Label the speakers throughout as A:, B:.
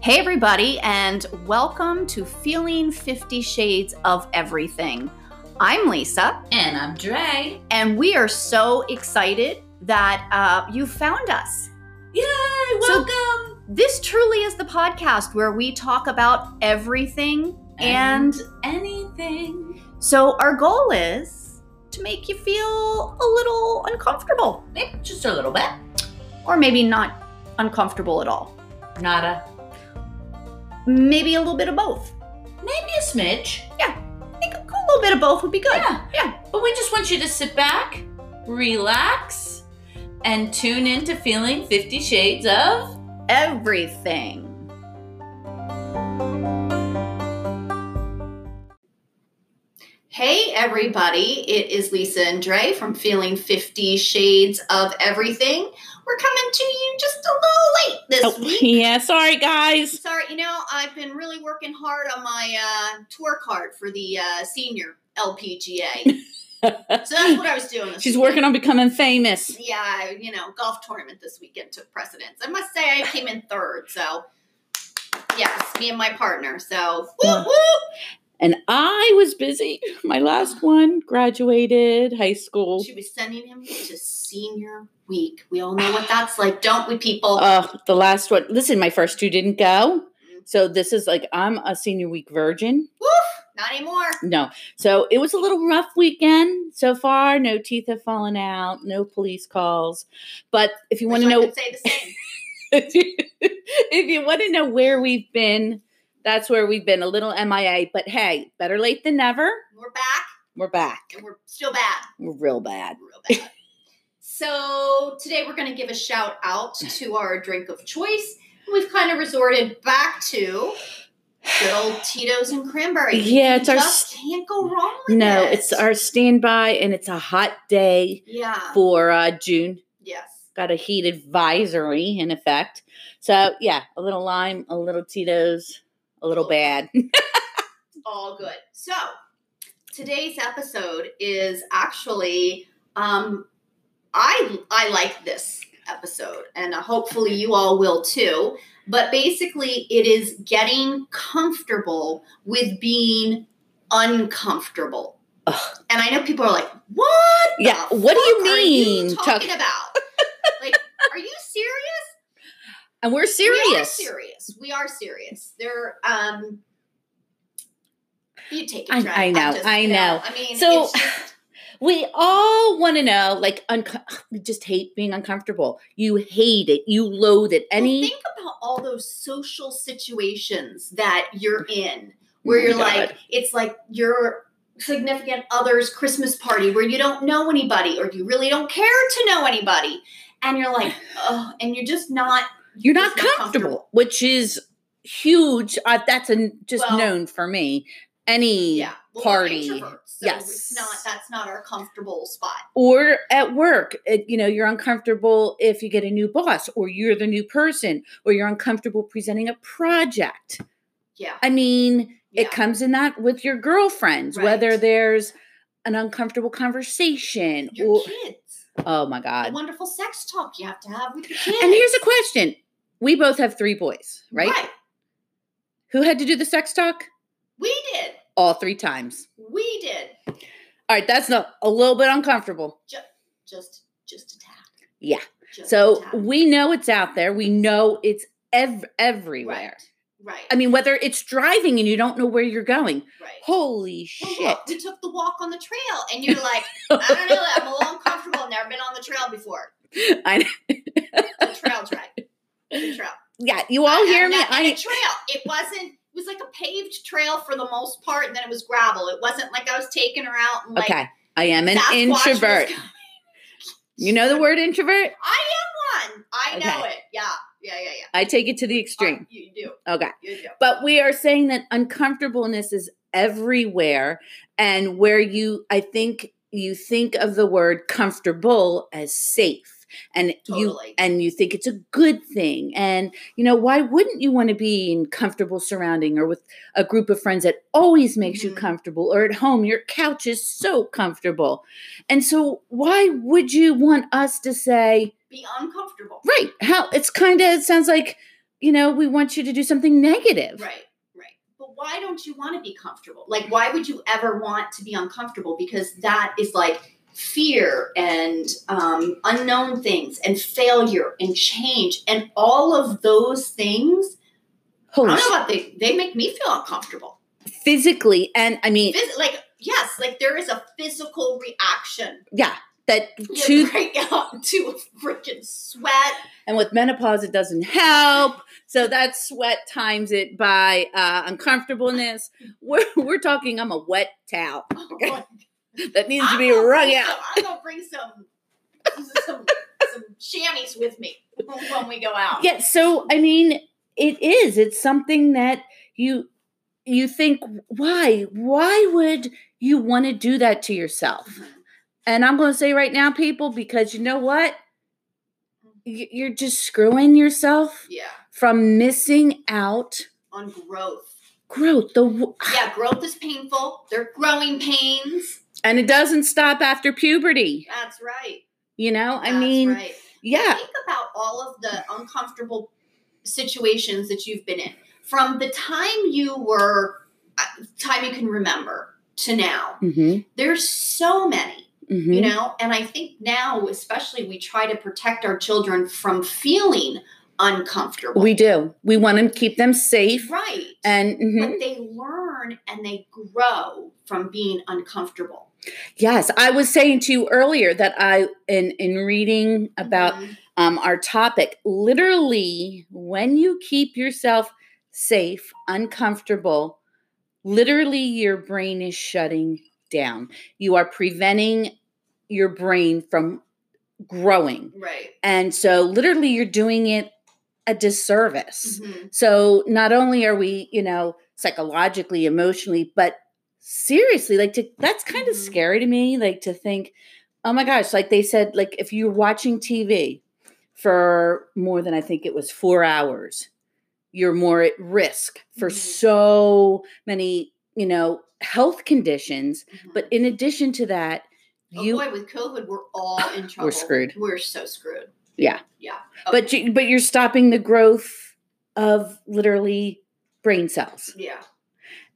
A: Hey, everybody, and welcome to Feeling 50 Shades of Everything. I'm Lisa,
B: And I'm Dre.
A: and we are so excited that uh, you found us.
B: Yay!
A: So-
B: Welcome.
A: This truly is the podcast where we talk about everything. And
B: anything.
A: so, our goal is to make you feel a little uncomfortable,
B: Maybe just a little bit.
A: or maybe not uncomfortable at all.
B: Not a
A: Maybe a little bit of both.
B: maybe a smidge.
A: I think a little bit of both would be good.
B: Yeah.
A: Yeah.
B: But we just want you to sit back, relax, and tune in to feeling 50 shades of
A: Everything. Hey, everybody. It is Lisa and Dre from Feeling 50 Shades of Everything. We're coming to you just a little late this week.
B: Oh, Yeah, sorry guys.
A: Sorry, you know, I've been really working hard on my uh, tour card for the uh, senior LPGA. so that's what I was doing. this weekend.
B: on becoming famous.
A: Yeah, I- you know, golf tournament this weekend took precedence. I must say I came in third, so yes, me and my partner. So whoop,
B: Well-
A: whoop.
B: And I was busy. My last one graduated high school.
A: She was sending him to senior week. We all know what that's like, don't we, people?
B: Uh, the last one. Listen, my first two didn't go. So this is like I'm a senior week virgin.
A: Not anymore.
B: No. So it was a little rough weekend so far. No teeth have fallen out, no police calls. But if you want to
A: Wish I
B: know
A: could say the same.
B: if you want to know where we've been, that's where we've been a little MIA, but hey, better late than never.
A: We're back,
B: We're back.
A: and we're still bad.
B: We're real bad.
A: Real bad. so today we're going to give a shout out to our drink of choice. We've kind of resorted back to good old Tito's and cranberry.
B: Yeah, it's
A: you
B: our
A: just can't go wrong with
B: No,
A: it.
B: it's our standby and it's a hot day
A: yeah,
B: for uh, June.
A: yes,
B: Got a heat advisory in effect. So, yeah, a little lime, a little Tito's, a little bad.
A: all good. So today's episode is actually, um, I I like this episode, and uh, hopefully you all will too. But basically, it is getting comfortable with being uncomfortable.
B: Ugh.
A: And I know people are like, "What? the
B: Yeah, what do you
A: fuck are you
B: mean,
A: talking about? like, are you serious?"
B: And we're
A: We are
B: serious.
A: serious. We are serious. They're um. You take it.
B: I-
A: Dre.
B: I know,
A: I'm just-
B: I
A: you
B: know.
A: I mean,
B: So-
A: it's just-
B: We all want to know, like, unco- we just hate being uncomfortable. You hate it. You loathe it.
A: well,
B: Any,
A: think about all those social situations that you're in, where
B: Oh my
A: you're
B: God.
A: like, it's like your significant other's Christmas party, where you don't know anybody, or you really don't care to know anybody, and you're like, oh, and you're just not.
B: you're
A: just
B: not
A: not
B: comfortable,
A: comfortable.
B: which is huge. Uh, that's a, just
A: Well-
B: known for me. Any,
A: Yeah, well, we're
B: Party.
A: introverts, So
B: Yes.
A: it's not. That's not our comfortable spot.
B: or at work, it, you know, you're uncomfortable if you get a new boss, or you're the new person, or you're uncomfortable presenting a project.
A: Yeah.
B: I mean,
A: yeah.
B: it comes in that with your girlfriends, whether
A: Right.
B: there's an uncomfortable conversation
A: your
B: or,
A: kids.
B: oh my God.
A: the wonderful sex talk you have to have with your kids.
B: And here's a question. We both have three boys, right? Who had to do the sex talk?
A: We did.
B: All three times.
A: We did.
B: All right, that's not a little bit uncomfortable.
A: Just just attack.
B: Yeah.
A: Just
B: So
A: attack.
B: we know it's out there. We know it's ev- everywhere.
A: right.
B: I mean, whether it's driving and you don't know where you're going.
A: right.
B: Holy
A: Well,
B: shit.
A: look, we took the walk on the trail, and you're like, I don't know, I'm a little uncomfortable. I've never been on the trail before.
B: I know.
A: The trail drive. The trail.
B: Yeah, you all hear me?
A: I,
B: I
A: trail. It wasn't. It was like a paved trail for the most part, and then it was gravel. It wasn't like I was taking her out and like.
B: Okay. I am an
A: Sasquatch was
B: introvert.
A: coming.
B: You know the word introvert?
A: I am one. I know
B: Okay.
A: it. Yeah. Yeah. Yeah. Yeah.
B: I take it to the extreme.
A: You do.
B: Okay.
A: You do.
B: but we are saying that uncomfortableness is everywhere and where you i think you think of the word comfortable as safe and you
A: Totally.
B: and you think it's a good thing and you know why wouldn't you want to be in comfortable surrounding or with a group of friends that always makes you
A: Mhm.
B: comfortable or at home your couch is so comfortable and so why would you want us to say
A: be uncomfortable.
B: Right. How it's kind of it sounds like you know, we want you to do something negative.
A: Right, right. But why don't you want to be comfortable? Like, why would you ever want to be uncomfortable? Because that is like fear and um, unknown things and failure and change and all of those things. I
B: Holy
A: don't
B: sh-
A: know about they, they make me feel uncomfortable.
B: physically and I mean,
A: Phys- like, yes, like there is a physical reaction
B: yeah, that
A: to
B: two
A: break out to freaking sweat.
B: and with menopause it doesn't help. So that sweat times it by uh, uncomfortableness. We're we're talking I'm a wet towel
A: Oh,
B: that needs to
A: I'm
B: be
A: gonna
B: wrung
A: bring
B: out.
A: some- I'm gonna bring some some, some chamois with me when we go out.
B: Yeah, so I mean, it is. It's something that you you think why why would you want to do that to yourself? And I'm going to say right now people because you know what? Y- You're just screwing yourself
A: Yeah,
B: from missing out
A: on growth.
B: growth. The w-
A: Yeah, growth is painful. They're growing pains.
B: and it doesn't stop after puberty.
A: That's right.
B: You know, I
A: That's
B: mean,
A: right.
B: yeah,
A: Think about all of the uncomfortable situations that you've been in from the time you were, uh, time you can remember to now.
B: mm-hmm,
A: There's so many.
B: mm-hmm.
A: you know and i think now especially we try to protect our children from feeling uncomfortable
B: we do. We want to keep them safe,
A: right
B: and mhm.
A: but they learn and they grow from being uncomfortable
B: Yes, I was saying to you earlier that I in in reading about
A: Mhm.
B: um, our topic, literally when you keep yourself safe, uncomfortable, literally your brain is shutting down. You are preventing your brain from growing.
A: right
B: And so literally you're doing it a disservice.
A: Mhm.
B: So not only are we, you know, psychologically, emotionally, but seriously, like to that's kind of
A: Mhm.
B: scary to me. Like to think, oh my gosh, like they said, like if you're watching TV for more than I think it was four hours, you're more at risk for
A: Mhm.
B: so many, you know, health conditions.
A: Mhm.
B: But in addition to that,
A: Oh,
B: you
A: boy, with covid we're all in trouble
B: We're screwed.
A: we're so screwed
B: Yeah.
A: yeah
B: but you but you're stopping the growth of literally brain cells.
A: yeah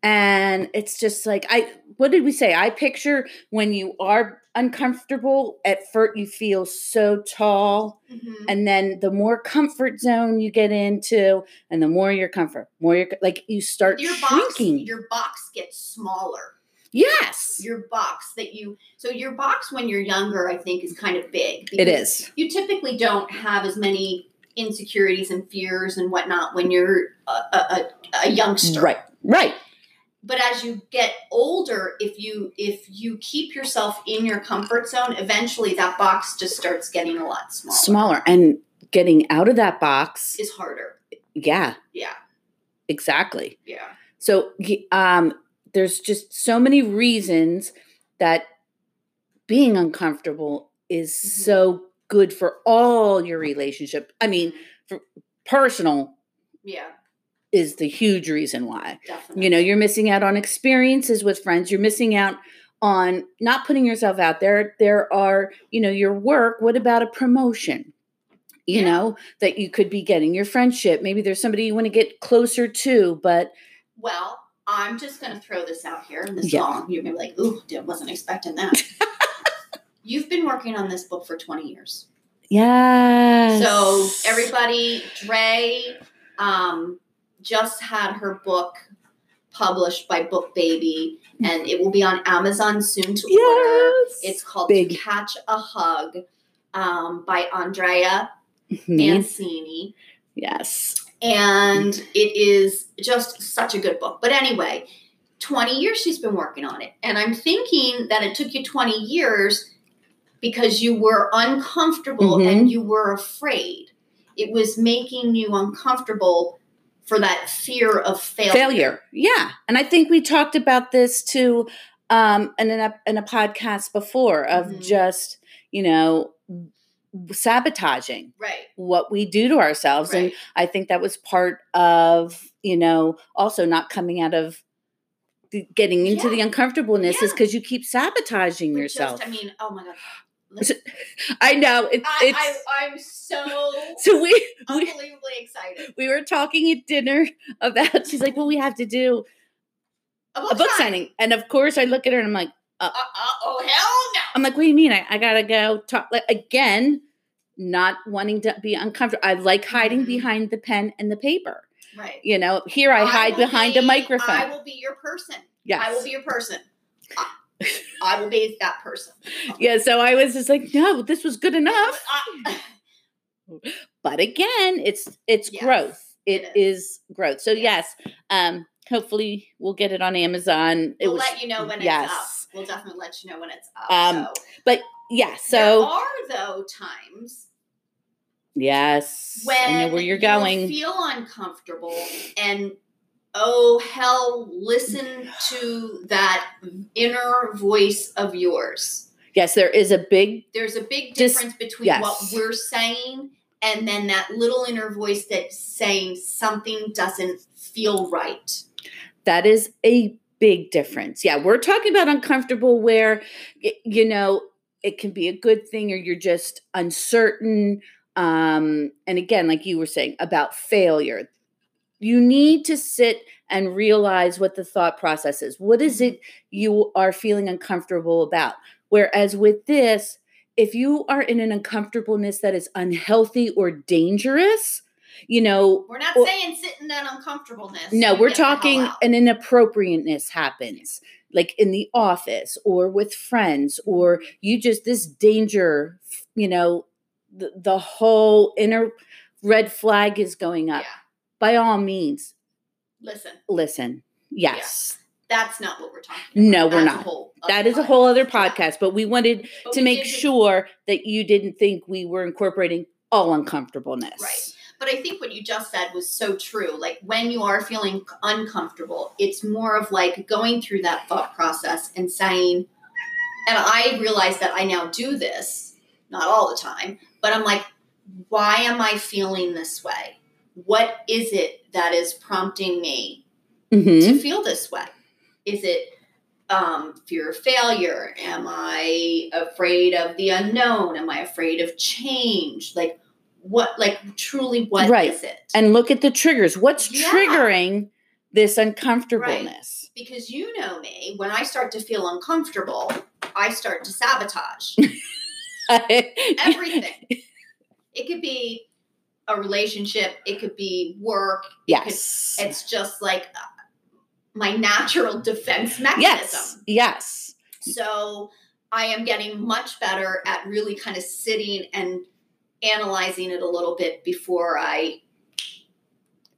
B: and it's just like i what did we say i picture when you are uncomfortable at first you feel so tall
A: Mhm.
B: and then the more comfort zone you get into and the more your comfort more your like you start
A: your box
B: shrinking
A: your box gets smaller
B: yes
A: your box that you so your box when you're younger i think is kind of big
B: it
A: because
B: is
A: you typically don't have as many insecurities and fears and whatnot when you're a, a, a, a youngster
B: right right
A: but as you get older if you if you keep yourself in your comfort zone eventually that box just starts getting a lot smaller
B: smaller and getting out of that box
A: is harder
B: yeah
A: yeah
B: exactly
A: yeah
B: So y- um, there's just so many reasons that being uncomfortable is
A: Mhm.
B: so good for all your relationship. I mean, personal
A: yeah
B: is the huge reason why.
A: definitely
B: You know, you're missing out on experiences with friends. You're missing out on not putting yourself out there. There are, you know, your work. What about a promotion? You
A: Yeah.
B: know, that you could be getting your friendship. Maybe there's somebody you want to get closer to, but
A: well i'm just going to throw this out here in this
B: Yeah.
A: long you're going to be like ooh dude, wasn't expecting that you've been working on this book for 20 years
B: yeah.
A: So everybody, Dre um, just had her book published by Book Baby, and it will be on Amazon soon to order.
B: Yes.
A: It's called
B: Big.
A: To Catch a Hug um, by Andrea
B: Mhm.
A: Mancini.
B: yes.
A: And it is just such a good book. But anyway, 20 years she's been working on it. And I'm thinking that it took you 20 years because you were uncomfortable
B: Mhm.
A: and you were afraid. It was making you uncomfortable for that fear of failure.
B: Failure. Yeah. And I think we talked about this too um in a in a podcast before of
A: Mhm.
B: just, you know, sabotaging
A: Right.
B: what we do to ourselves and
A: right.
B: I think that was part of, you know, also not coming out of the, getting into
A: Yeah.
B: the uncomfortableness is
A: Yeah.
B: because you keep sabotaging
A: But
B: yourself.
A: Just, I mean, oh my God.
B: I know it's
A: I,
B: it's
A: I, I'm so
B: So we we
A: unbelievably excited.
B: we were talking at dinner about she's like, well, we have to do
A: A
B: a book signing, and of course I look at her and I'm like,
A: Uh, uh, oh hell
B: I'm like, what do you mean? I, I gotta go talk like again, not wanting to be uncomfortable. I like hiding
A: Mhm.
B: behind the pen and the paper.
A: no! Right.
B: You know, here I, hide
A: will
B: behind a
A: be-
B: microphone.
A: I will be your person.
B: yes.
A: I will be your person. I, I will be that person.
B: yeah. So I was just like, no, this was good enough.
A: I-
B: But again, it's it's
A: Yes,
B: growth.
A: it
B: It is growth. So yes, um, hopefully we'll get it on Amazon. It
A: we'll
B: was
A: let you know when it's up.
B: yes.
A: We'll definitely let you know when it's up.
B: Um,
A: so.
B: Yeah.
A: there
B: So
A: are though times
B: yes.
A: when
B: I know where you're
A: you
B: going.
A: feel uncomfortable and oh hell listen to that inner voice of yours
B: yes, there is a big
A: there's a big
B: Just-
A: difference between
B: yes.
A: what we're saying and then that little inner voice that's saying something doesn't feel right
B: That is a big difference. Yeah, we're talking about uncomfortable where y- you know it can be a good thing or you're just uncertain um and again like you were saying about failure. You need to sit and realize what the thought process is. What is it you are feeling uncomfortable about? Whereas with this, if you are in an uncomfortableness that is unhealthy or dangerous, you know,
A: we're not
B: Well-
A: saying sit in that uncomfortableness
B: no,
A: You
B: we're
A: get the hell
B: talking
A: out.
B: an inappropriateness happens, like in the office or with friends, or you just this danger, you know, the, the whole inner red flag is going
A: yeah
B: up. By all means,
A: listen
B: listen. Yes.
A: that's not what we're talking about
B: No, we're
A: That's a
B: not.
A: whole
B: That
A: other
B: is a whole other
A: Yeah.
B: podcast, but we wanted
A: But
B: to
A: we
B: make
A: did just-
B: sure that you didn't think we were incorporating all uncomfortableness.
A: Right. But I think what you just said was so true. Like when you are feeling uncomfortable, it's more of like going through that thought process and saying, and I realize that I now do this, not all the time, but I'm like, why am I feeling this way? What is it that is prompting me
B: Mhm.
A: to feel this way? Is it um, fear of failure? Am I afraid of the unknown? Am I afraid of change? Like what? Like truly, what is
B: Right.
A: it?
B: And look at the triggers. What's
A: Yeah.
B: triggering this uncomfortableness?
A: because you know me, when I start to feel uncomfortable, I start to sabotage everything. it could be a relationship. It could be work.
B: yes.
A: It's just like uh, my natural defense mechanism.
B: Yes. Yes.
A: So I am getting much better at really kind of sitting and analyzing it a little bit before I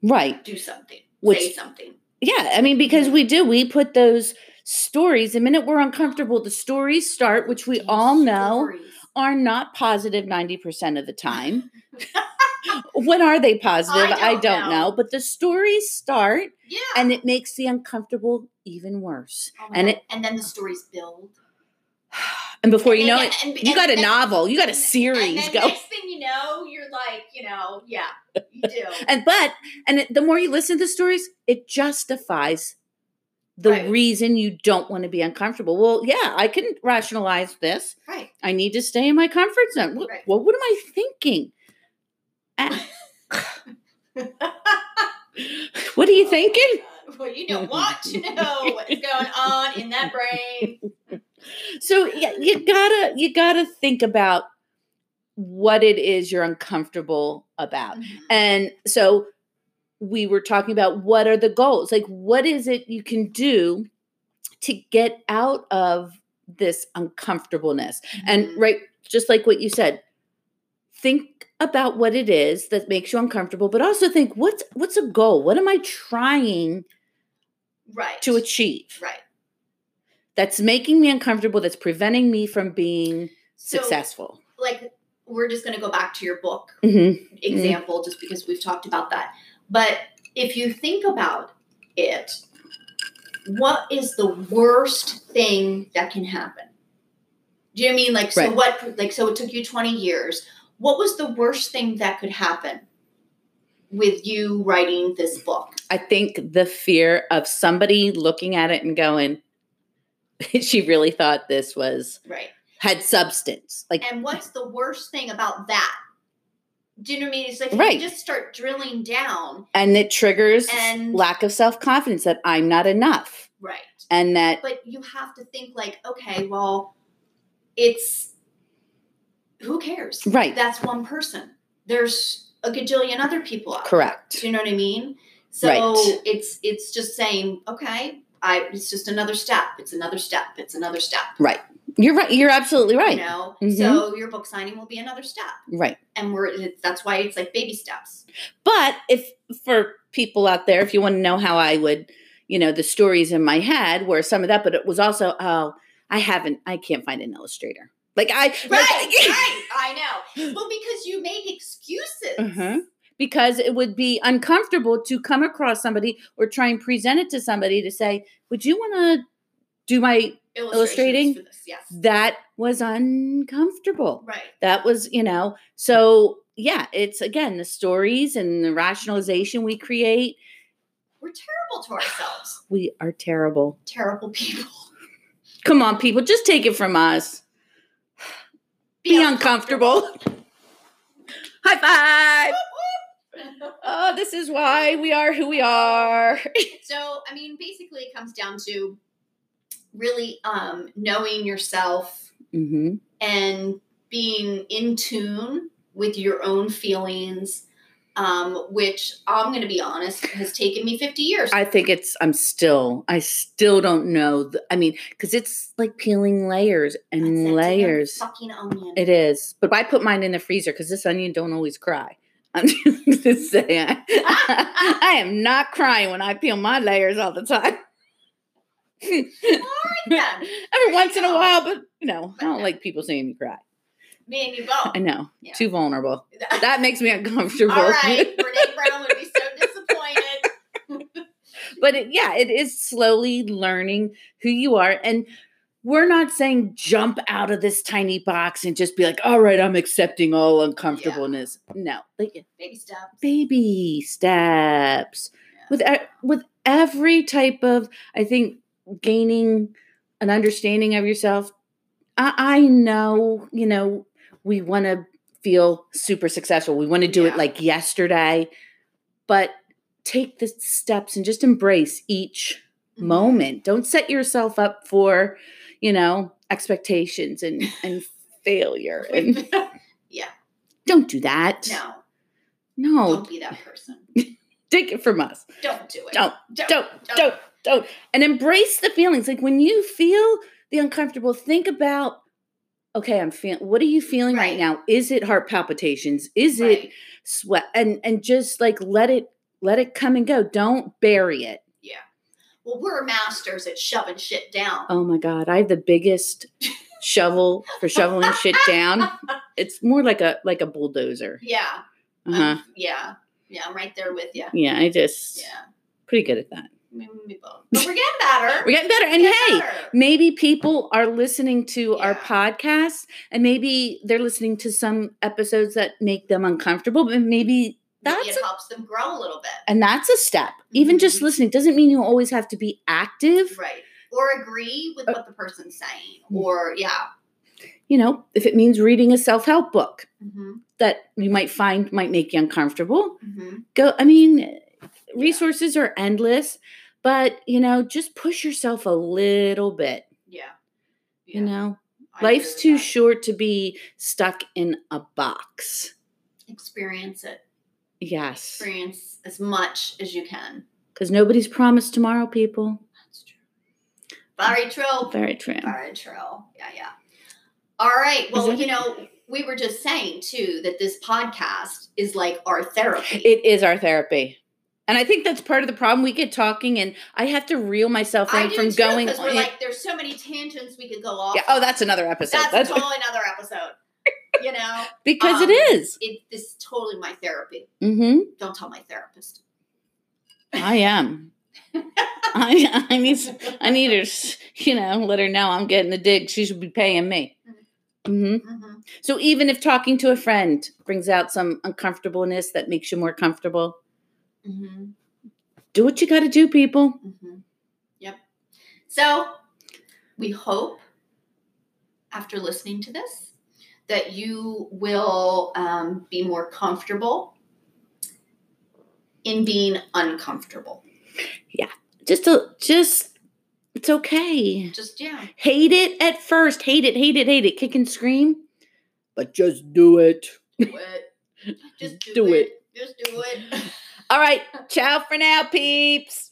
B: Right.
A: do something, say
B: Which-
A: something.
B: Yeah. I mean, because we do, we put those stories, the minute we're uncomfortable, the stories start, which we all know
A: Stories.
B: are not positive 90% of the time. when are they positive? I
A: don't know.
B: don't, know. But the stories start
A: Yeah.
B: and it makes the uncomfortable even worse.
A: Oh my
B: and
A: God.
B: it-
A: and then the stories build.
B: And before you
A: And
B: know
A: then-
B: it,
A: and-
B: you
A: and
B: got a
A: then-
B: novel, you got a
A: and-
B: series
A: And then
B: going.
A: next thing you know, you're like, you know, yeah, you do.
B: And but and it, the more you listen to the stories, it justifies the
A: Right.
B: reason you don't want to be uncomfortable. Well, yeah, I can rationalize this.
A: right.
B: I need to stay in my comfort zone. What,
A: Right.
B: what, what am I thinking? And- what are you thinking?
A: Oh Well, you don't want to know what's going on in that brain.
B: So yeah, you gotta you gotta think about what it is you're uncomfortable about.
A: Mhm.
B: And so we were talking about what are the goals? Like, what is it you can do to get out of this uncomfortableness? And
A: Mhm.
B: right, just like what you said, think about what it is that makes you uncomfortable, but also think what's what's a goal? What am I trying
A: right
B: to achieve?
A: right.
B: That's making me uncomfortable, that's preventing me from being
A: So,
B: successful.
A: like, we're just going to go back to your book
B: Mhm.
A: example just because we've talked about that. But if you think about it, what is the worst thing that can happen? Do you know what I mean like so
B: Right.
A: what like so it took you 20 years. What was the worst thing that could happen with you writing this book?
B: I think the fear of somebody looking at it and going, she really thought this was
A: Right.
B: had substance. Like
A: And what's the worst thing about that? Do you know what I mean? It's like if
B: Right.
A: you just start drilling down,
B: and it triggers
A: And-
B: lack of self confidence that I'm not enough,
A: right?
B: and that
A: But you have to think like, okay, well, it's who cares?
B: Right.
A: That's one person. There's a gajillion other people out. there.
B: correct.
A: Do you know what I mean? So
B: Right.
A: it's it's just saying, okay, I it's just another step. It's another step. It's another step.
B: You're right. You're absolutely right.
A: You know,
B: Mhm.
A: so your book signing will be another step,
B: Right.
A: and we're it, that's why it's like baby steps.
B: But if for people out there, if you want to know how I would, you know, the stories in my head were some of that, but it was also, oh, I haven't, I can't find an illustrator. Like I,
A: Right,
B: like-
A: right. I know. Well, because you make excuses.
B: Mhm. because it would be uncomfortable to come across somebody or try and present it to somebody to say, would you want to do my, Illustrating?
A: Illustrations for this, yes.
B: that was uncomfortable.
A: Right.
B: That was, you know, so yeah, it's again the stories and the rationalization we create.
A: We're terrible to ourselves.
B: We are terrible.
A: terrible people.
B: Come on, people, just take it from us. Be uncomfortable. High five. Oh, this is why we are who we are.
A: so, I mean, basically, it comes down to really um, knowing yourself
B: Mm-hmm.
A: and being in tune with your own feelings. Um, which I'm going to be honest, has taken me 50 years.
B: I think it's, I'm still, I still don't know. The, I mean, because it's like peeling layers
A: That's it,
B: and
A: it's a damn
B: layers.
A: Fucking onion.
B: It is. But I put mine in the freezer because this onion don't always cry. I'm just saying. I, I am not crying when I peel my layers all the time.
A: Yeah,
B: Every once in a
A: go.
B: while, but you know, I
A: But
B: don't
A: no.
B: like people seeing me cry.
A: me and you both.
B: I know.
A: Yeah.
B: Too vulnerable. That makes me uncomfortable.
A: All right, Brene Brown would be so disappointed.
B: but it, yeah, it is slowly learning who you are. And we're not saying jump out of this tiny box and just be like, all right, I'm accepting all uncomfortableness. No, like
A: Baby steps.
B: baby steps with, e- with every type of, I think, gaining an understanding of yourself. I, I know, you know, we want to feel super successful. We want to do
A: Yeah.
B: it like yesterday, but take the steps and just embrace each
A: Mm-hmm.
B: moment. Don't set yourself up for, you know, expectations and and failure. And
A: Yeah.
B: don't do that.
A: No,
B: No,
A: don't be that person.
B: take it from us.
A: Don't do it.
B: Don't,
A: Don't.
B: Don't, don't, don't. And embrace the feelings. Like when you feel the uncomfortable, think about okay, I'm feeling what are you feeling right.
A: Right.
B: now? Is it heart palpitations? Is it
A: Right.
B: sweat and and just like let it let it come and go. Don't bury it.
A: Well, we're masters at shoving shit down.
B: Oh my god, I have the biggest shovel for shoveling shit down. It's more like a like a bulldozer.
A: Yeah. I'm-
B: Uh-huh.
A: yeah. Yeah. I'm right there with you.
B: Yeah, I just
A: Yeah.
B: pretty good at that.
A: Me- me both. But we're getting better.
B: We're getting better. And
A: Getting
B: hey,
A: better.
B: maybe people are listening to our
A: Yeah.
B: podcast and maybe they're listening to some episodes that make them uncomfortable, but maybe
A: Maybe
B: that's
A: it
B: a,
A: helps them grow a little bit.
B: and that's a step. Even just
A: Mhm.
B: listening doesn't mean you always have to be active.
A: Right. Or agree
B: Oh.
A: with what the person's saying.
B: Mm.
A: Or, yeah.
B: You know, if it means reading a self-help book
A: hmm
B: that you might find might make you uncomfortable,
A: hmm
B: go i mean resources are endless but you know just push yourself a little bit
A: Yeah.
B: you
A: Yeah.
B: know
A: I agree
B: life's
A: with
B: too
A: that.
B: short to be stuck in a box
A: Experience it.
B: yes
A: Experience as much as you can.
B: because nobody's promised tomorrow people
A: That's true.
B: Mm.
A: Very true.
B: very true
A: Very true. Yeah, yeah. All right. Well,
B: that
A: you
B: it?
A: know, we were just saying too that this podcast is like our therapy.
B: it is our therapy and i think that's part of the problem we get talking and i have to reel myself
A: I
B: in
A: do
B: from
A: too,
B: going
A: 'cause we're
B: on-
A: like, there's so many tangents we could go off.
B: yeah, oh
A: on.
B: that's another episode
A: that's,
B: That's-
A: a totally another episode. You know,
B: because
A: um,
B: it is
A: it this is totally my therapy.
B: mm-hmm
A: Don't tell my therapist.
B: i am I, I need
A: Mm-hmm.
B: I need her, s- you know, let her know I'm getting the dig. She should be paying me. hmm
A: Mhm.
B: So even if talking to a friend brings out some uncomfortableness that makes you more comfortable,
A: Mhm.
B: do what you got to do, people.
A: Mhm. Yep. So we hope after listening to this that you will um, be more comfortable in being uncomfortable.
B: Just a just it's okay.
A: Just yeah,
B: Hate it at first. Hate it, hate it, hate it. Kick and scream. But just do it.
A: do it. Just do,
B: Do
A: it. Just do it.
B: All right. Ciao for now, peeps.